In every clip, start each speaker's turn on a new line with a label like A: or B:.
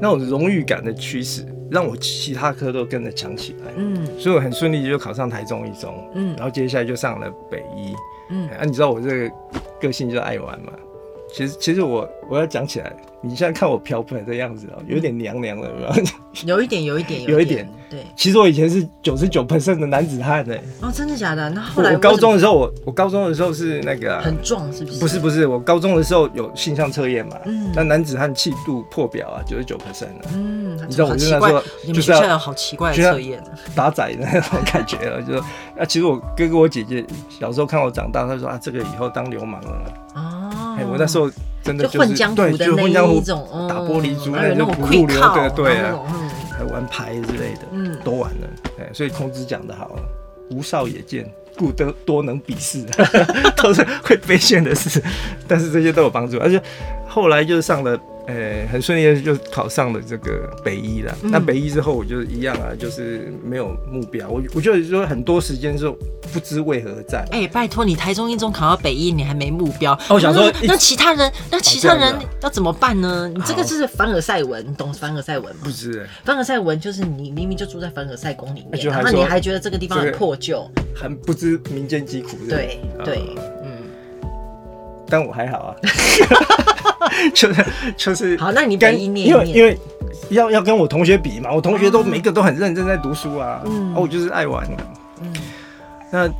A: 那种荣誉感的驱使，让我其他科都跟着强起来。
B: 嗯
A: 所以我很顺利就考上台中一中，
B: 嗯
A: 然后接下来就上了北医。
B: 嗯
A: 啊，你知道我这个个性就是爱玩嘛。其实，其实我我要讲起来，你现在看我漂泊的样子哦、有点娘娘了，有没 有？
B: 有一点，有一点，
A: 有一
B: 点，对。
A: 其实我以前是九十九 percent 的男子汉呢、
B: 哦，真的假的？那
A: 我
B: 后来
A: 我
B: 为什么
A: 高中的时候，我我高中的时候是那个啊、
B: 很壮，是不是？
A: 不是不是，我高中的时候有性向测验嘛，
B: 嗯
A: 那男子汉气度破表啊，九十九 percent 啊，
B: 嗯，
A: 你知道
B: 好
A: 我
B: 奇
A: 就那
B: 怪
A: 时候
B: 你们
A: 就是
B: 学
A: 要
B: 校有好奇怪的
A: 就要
B: 测验，
A: 打仔的那种感觉了，就说啊，其实我哥哥我姐姐小时候看我长大，他说啊，这个以后当流氓了。
B: 哦
A: 哎、我那时候真的
B: 就是混江湖
A: 对，
B: 的
A: 就混江
B: 那一
A: 湖
B: 种，哦
A: 打玻璃珠
B: 然后
A: 那
B: 有那
A: 就
B: 种
A: 不入流
B: 靠
A: 的，对
B: 然
A: 啊
B: 后，那种
A: 还玩牌之类的，
B: 嗯嗯，
A: 都玩了。哎，所以孔子讲的好，无少也见，故得多能鄙 视，都是会被陷的事。但是这些都有帮助，而且后来就上了。呃，很顺利的就考上了这个北医了。
B: 嗯
A: 那北医之后，我就一样啊，就是没有目标。我我觉得说很多时间是不知为何在。
B: 哎、拜托你台中一中考到北一，你还没目标？
A: 哦我想说
B: 那
A: 一啊
B: 那其他人，那其他人
A: 这样子
B: 要怎么办呢？你这
A: 好
B: 个就是凡尔赛文，你懂凡尔赛文吗
A: 不？知、欸，
B: 凡尔赛文就是你明明就住在凡尔赛宫里面，
A: 哎就还
B: 然后你
A: 说
B: 还觉得这个地方
A: 这
B: 很
A: 个
B: 破旧，
A: 很不知民间疾苦。是吧
B: 对对
A: 呃，
B: 嗯，
A: 但我还好 啊，就是就是
B: 好，那你北
A: 跟
B: 一
A: 因
B: 念一
A: 为
B: 念，
A: 因为要要跟我同学比嘛，我同学都
B: 哦
A: 每个都很认真在读书啊，
B: 嗯
A: 啊我就是爱玩。
B: 嗯，
A: 那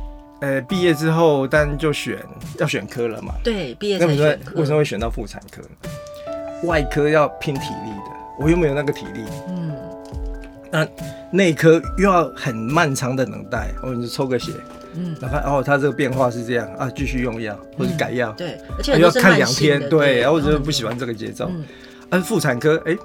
A: 呃毕业之后，当然就选要选科了嘛。
B: 对，毕业
A: 那
B: 才
A: 你说为
B: 选
A: 什么
B: 科，
A: 会选到妇产科？外科要拼体力的，我又没有那个体力。
B: 嗯
A: 那内科又要很漫长的等待，哦，你就抽个血，
B: 嗯，
A: 哪怕哦，他这个变化是这样啊，继续用药或者改药，
B: 对，而且
A: 又哎
B: 很
A: 要
B: 多是
A: 看
B: 慢
A: 两
B: 性
A: 天
B: 的，
A: 对，然后我就
B: 很
A: 不喜欢这个节奏。
B: 嗯
A: 而妇产科哎、诶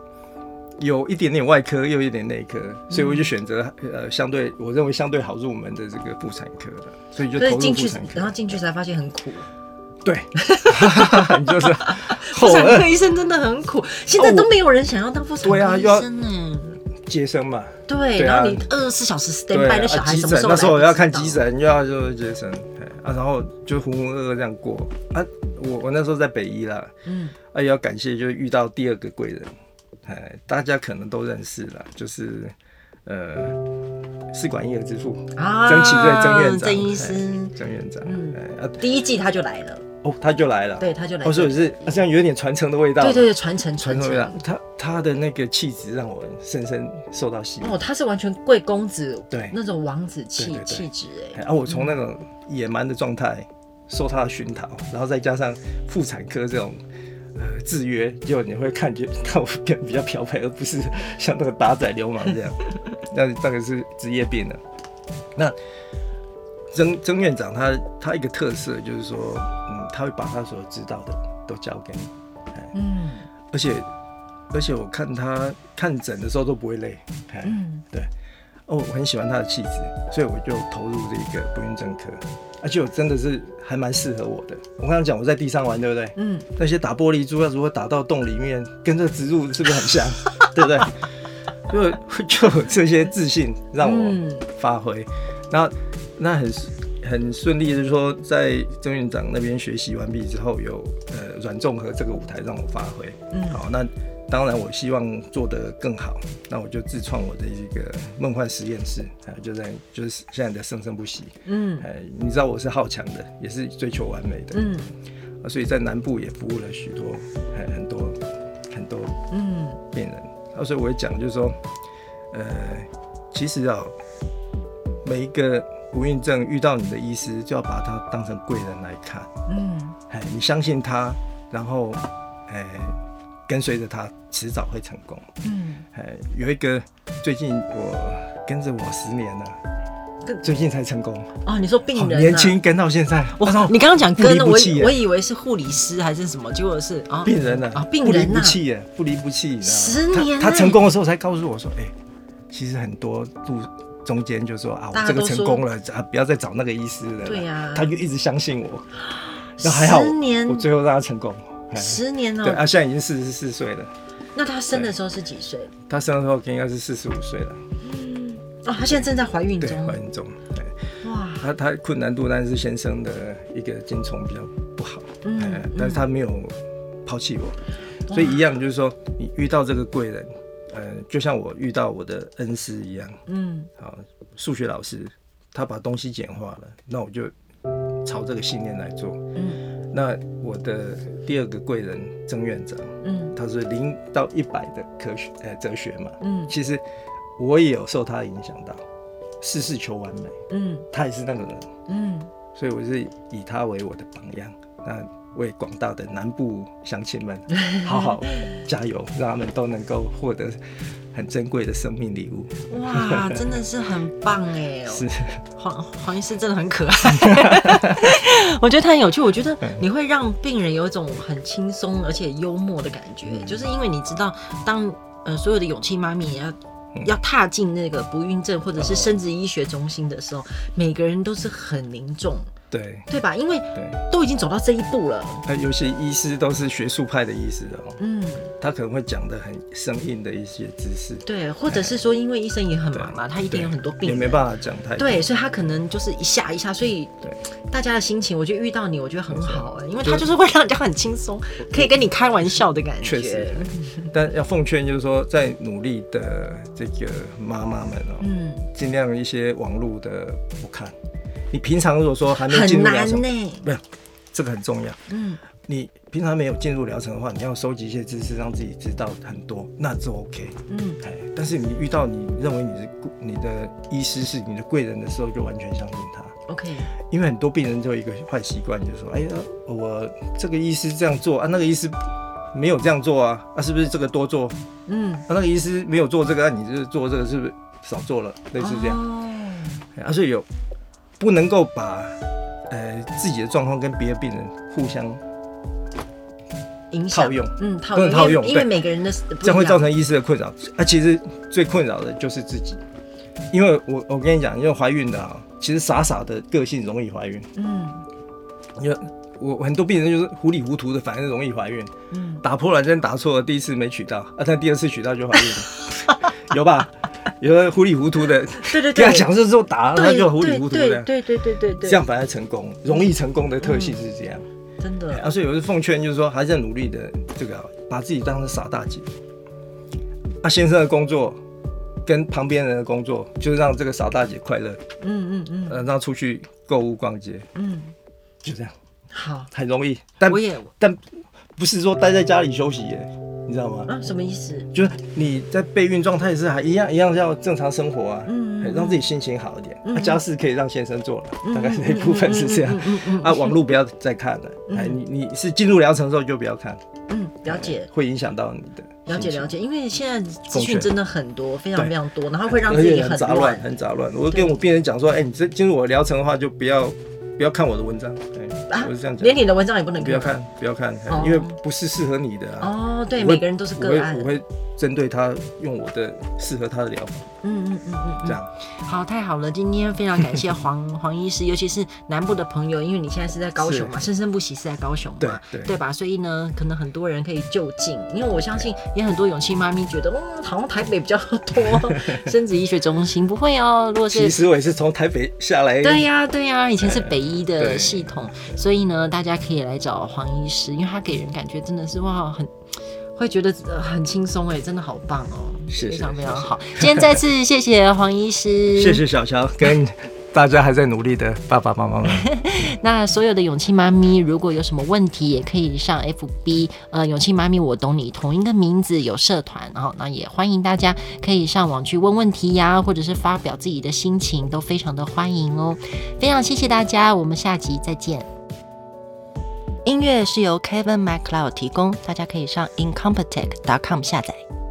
A: 有一点点外科，又有一点内科，所以我就
B: 嗯
A: 选择呃相对我认为相对好入门的这个妇产科了，所以就
B: 所以
A: 投入
B: 进
A: 妇
B: 去
A: 产，
B: 然后
A: 科。
B: 进去才发现 很苦。
A: 对，你就是
B: 妇
A: 后
B: 产科
A: 二
B: 医生真的很苦，现在都没有人想要当妇产科
A: 哎哦对啊
B: 医
A: 又要
B: 生呢。
A: 接生嘛，
B: 对，
A: 对啊
B: 然后你二十四小时 stand
A: 对
B: by，
A: 啊
B: 那小孩
A: 急
B: 什么
A: 诊
B: 时候
A: 那时候我
B: 来
A: 要看
B: 不知道
A: 急，诊，又要就是接生，哎啊，然后就浑浑噩噩这样过啊。我我那时候在北医啦，
B: 嗯
A: 啊，也要感谢，就遇到第二个贵人，哎，大家可能都认识了，就是呃，试管婴儿之父嗯
B: 啊，
A: 曾启瑞曾院长，
B: 曾医
A: 哎
B: 师，
A: 曾院长，
B: 嗯
A: 哎啊，
B: 第一季他就来了，
A: 哦，他就来了，
B: 对，，他就来
A: 哦，所以
B: 了，
A: 是好像有点传承的味道，
B: 对对，对，传承
A: 传
B: 传
A: 承的味道
B: 承。，
A: 他他的那个气质让我深深受到吸引，
B: 哦，他是完全贵公子，
A: 对
B: 那种王子气
A: 对对对
B: 气质
A: 哎
B: 哎，
A: 啊，我从那种野蛮的状态受他的熏陶，然后再加上妇产科这种。呃，制约，就你会看觉看我变比较漂白，而不是像那个打仔流氓这样，那那个是职业病了。那曾曾院长他他一个特色就是说，嗯，他会把他所知道的都教给你，
B: 嗯
A: 而且而且我看他看诊的时候都不会累，哎、
B: 嗯
A: 哦，我很喜欢他的气质，所以我就投入这个不孕症科，而且我真的是还蛮适合我的。我刚刚讲我在地上玩，对不对？
B: 嗯，
A: 那些打玻璃珠要如何打到洞里面，跟这个植入是不是很 像？对不对？就就有这些自信让我
B: 嗯
A: 发挥，然后那很很顺利，就是说在曾院长那边学习完毕之后，有呃软综合这个舞台让我发挥。
B: 嗯
A: 好，那当然我希望做得更好，那我就自创我的一个梦幻实验室，啊、就在就是现在的生生不息。
B: 嗯
A: 哎、你知道我是好强的，也是追求完美的，
B: 嗯
A: 啊所以在南部也服务了许多，哎、很多很多
B: 嗯
A: 病人。啊，所以我会讲就是说，呃，其实啊，每一个不孕症遇到你的医师，就要把他当成贵人来看。
B: 嗯
A: 哎，你相信他，然后，哎，跟随着他，迟早会成功。
B: 嗯，
A: 哎，有一个最近我跟着我十年了，最近才成功，
B: 哦，你说病
A: 好
B: 人啊
A: 年轻跟到现在，
B: 我
A: 他说
B: 你刚刚讲
A: 不离
B: 跟，
A: 不
B: 我
A: 弃
B: 以
A: 耶
B: 我以为是护理师还是什么，结果是啊
A: 病人呢
B: 啊病人
A: 不离
B: 呐
A: 不，弃耶，不离不弃，你知
B: 十
A: 道吗
B: 年
A: 他他
B: 嘞
A: 成功的时候才告诉我说，哎，其实很多路中间就说啊，我
B: 大家
A: 这个
B: 都
A: 成
B: 说
A: 功了啊，不要再找那个医师了啦，
B: 对呀
A: 他就一直相信我，那还好我
B: 十年
A: 我最后让他成功，哎
B: 十年
A: 对啊，
B: 哦，
A: 现在已经四十四岁了。
B: 那他生的时候是几岁？
A: 她生的时候应该是四十五岁了，
B: 哦，她现在正在怀孕
A: 对，
B: 中
A: 怀，孕中。哎对，
B: 哇，
A: 她她困难度当然是先生的一个精虫比较不好，
B: 嗯
A: 哎
B: 嗯
A: 但是她没有抛弃我，所以一样就是说，你遇到这个贵人，呃，就像我遇到我的恩师一样，
B: 嗯，
A: 啊，数学老师，他把东西简化了，那我就朝这个信念来做。
B: 嗯，
A: 那我的第二个贵人曾院长，
B: 嗯，
A: 他是零到一百的科学呃哲学嘛，
B: 嗯，
A: 其实我也有受他影响到，事事求完美，
B: 嗯，
A: 他也是那个人，
B: 嗯，
A: 所以我是以他为我的榜样。那为广大的南部乡亲 们，好好加油，让他们都能够获得很珍贵的生命礼物。
B: 哇，真的是很棒哎！
A: 是，
B: 黄黄医师真的很可爱， 我觉得他很有趣。我觉得你会让病人有一种很轻松而且幽默的感觉，就是因为你知道，当呃所有的勇气妈咪也要。
A: 嗯
B: 要踏进那个不孕症或者是生殖医学中心的时候，每个人都是很凝重，
A: 对
B: 对吧？因为
A: 对。
B: 都已经走到这一步了，
A: 那尤其医师都是学术派的医师哦，
B: 嗯，
A: 他可能会讲的很生硬的一些知识，
B: 对，或者是说，因为医生也很忙嘛，他一定有很多病
A: 也
B: 人，
A: 没办法讲太多。
B: 对，所以他可能就是一下一下，所以
A: 对
B: 大家的心情，我觉得遇到你，我觉得很好哎、因为
A: 就嗯
B: 他就是会让人家很轻松，可以跟你开玩笑的感
A: 确
B: 觉。
A: 实，但要奉劝就是说，在努力的这个妈妈们哦，
B: 嗯，
A: 尽量一些网络的不看。你平常如果说还没进
B: 嗯很
A: 入疗
B: 难
A: 程，
B: 呢、
A: 没有，这个很重要。
B: 嗯
A: 你平常没有进入疗程的话，你要收集一些知识，让自己知道很多，那就 OK。
B: 嗯，
A: 哎，但是你遇到你认为你是故你的医师是你的贵人的时候，就完全相信他。
B: ，OK，
A: 因为很多病人都有一个坏习惯，就是说，哎呀，我这个医师这样做啊，那个医师没有这样做啊，啊，是不是这个多做？啊，
B: 嗯，
A: 那个医师没有做这个，啊，你就是做这个，是不是少做了？类似这样，
B: 哦，
A: 啊，所以有不能够把呃自己的状况跟别的病人互相，
B: 影响
A: 套用，
B: 嗯，套
A: 不能套
B: 因为
A: 用
B: 因为
A: 对
B: 每个人的不一样
A: 这样会造成医师的困扰。啊，其实最困扰的就是自己，因为我我跟你讲，因为怀孕的啊，其实傻傻的个性容易怀孕，
B: 嗯
A: 因为我我很多病人就是糊里糊涂的，反正容易怀孕。
B: 嗯，
A: 打破卵针打错了，第一次没取到，啊，但第二次取到就怀孕了， 有吧？有的糊里糊涂的，
B: 对对
A: 跟
B: 对，
A: 他讲是之后打，他
B: 对
A: 就糊里糊涂
B: 对
A: 的，
B: 对对对对对，
A: 这样反而成功，容易成功的特性是这样。
B: 真的，
A: 啊，所以我是奉劝，就是说还在努力的这个啊，把自己当成傻大姐。啊，先生的工作跟旁边人的工作，就是让这个傻大姐快乐，
B: 嗯嗯嗯
A: 呃，让她出去购物逛街，
B: 嗯，
A: 就这样，
B: 好，
A: 很容易。但
B: 我也
A: 但不是说待在家里休息耶，你知道吗？
B: 啊，什么意思？
A: 就是你在备孕状态是还一样一样要正常生活啊，
B: 嗯
A: 哎让自己心情好一点。
B: 嗯
A: 啊家事可以让先生做了，
B: 嗯
A: 大概那一部分是这样
B: 嗯。嗯嗯嗯
A: 啊，网络不要再看了，哎，
B: 嗯
A: 你你是进入疗程之后就不要看，
B: 嗯，了解。
A: 会影响到你的
B: 了解了
A: 解，
B: 解，因为现在资
A: 共
B: 讯
A: 学
B: 真的很多，非常
A: 对
B: 非常多，然后会让
A: 而
B: 自己
A: 且
B: 很
A: 很杂
B: 乱
A: 乱，。很杂乱。我跟我病人讲说，哎，你这进入我疗程的话，就不要不要看我的文章，哎，
B: 啊
A: 我是这样讲
B: 连，你的文章也不能
A: 不要看不要看，哎因为不是适合你的啊。
B: 哦，对，
A: 我会
B: 每个人都是
A: 我
B: 个
A: 会
B: 案
A: 我。会针对他用我的适合他的疗法，
B: 嗯嗯嗯嗯
A: 这
B: 嗯，
A: 样
B: 好，太好了！今天非常感谢黄黄医师，尤其是南部的朋友，因为你现在是在高雄嘛，生生不息是在高雄
A: 对
B: 嘛，
A: 对。
B: 对吧？所以呢，可能很多人可以就近，因为我相信也很多勇气妈咪觉得，嗯，好像台北比较 多生殖医学中心，不会哦。如果是
A: 其实我也是从台北下来，
B: 对呀、对呀、以前是北医的
A: 哎对
B: 系统，所以呢，大家可以来找黄医师，因为他给人感觉真的是哇，很会觉得、呃很轻松哎，真的好棒哦，
A: 是
B: 非
A: 是
B: 常非常
A: 是是
B: 好。今天再次谢谢黄医师，
A: 谢谢小乔跟大家还在努力的爸爸妈妈们，
B: 那所有的勇气妈咪，如果有什么问题，也可以上 FB，呃，勇气妈咪我懂你，同一个名字有社团，然后那也欢迎大家可以上网去问问题呀，或者是发表自己的心情，都非常的欢迎哦。非常谢谢大家，我们下集再见。音乐是由 Kevin MacLeod 提供，大家可以上 incompetech.com 下载。